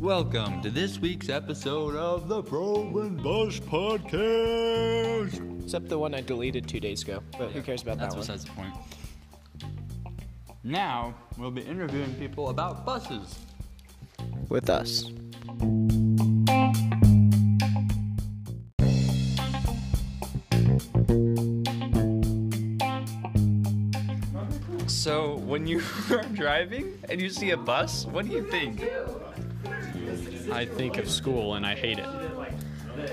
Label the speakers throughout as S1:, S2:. S1: Welcome to this week's episode of the Proven Bush Podcast.
S2: Except the one I deleted two days ago. But who cares about
S1: That's
S2: that one?
S1: besides the point. Now we'll be interviewing people about buses.
S2: With us.
S3: So when you are driving and you see a bus, what do you think?
S4: I think of school and I hate it.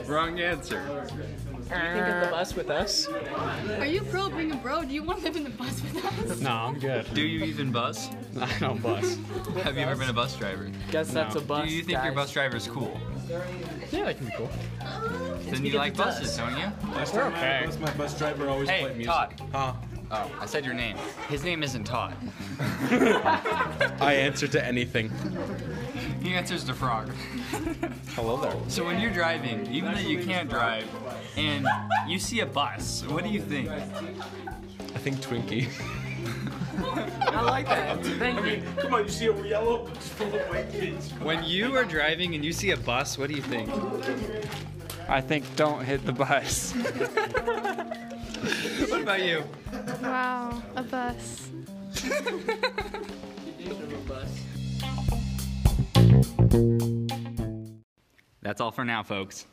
S3: Wrong answer.
S2: Think of the bus with us?
S5: Are you pro being a bro? Do you want to live in the bus with us?
S4: No, I'm good.
S3: Do you even bus?
S4: I don't bus.
S3: Have you ever been a bus driver?
S2: Guess that's a bus.
S3: do you think your bus driver is cool?
S4: Yeah, that can be cool.
S3: Then you like buses, don't you?
S4: We're okay.
S6: My bus driver always played
S3: Hey,
S6: music.
S3: Todd. Oh, I said your name. His name isn't Todd.
S6: I answer to anything.
S3: He answers the frog.
S6: Hello there.
S3: So when you're driving, even though you can't drive, and you see a bus, what do you think?
S6: I think Twinkie.
S2: I like that. Thank you.
S6: Come on, you see a yellow bus full of white kids.
S3: When you are driving and you see a bus, what do you think?
S4: I think don't hit the bus.
S3: What about you?
S5: Wow, a bus.
S3: That's all for now, folks.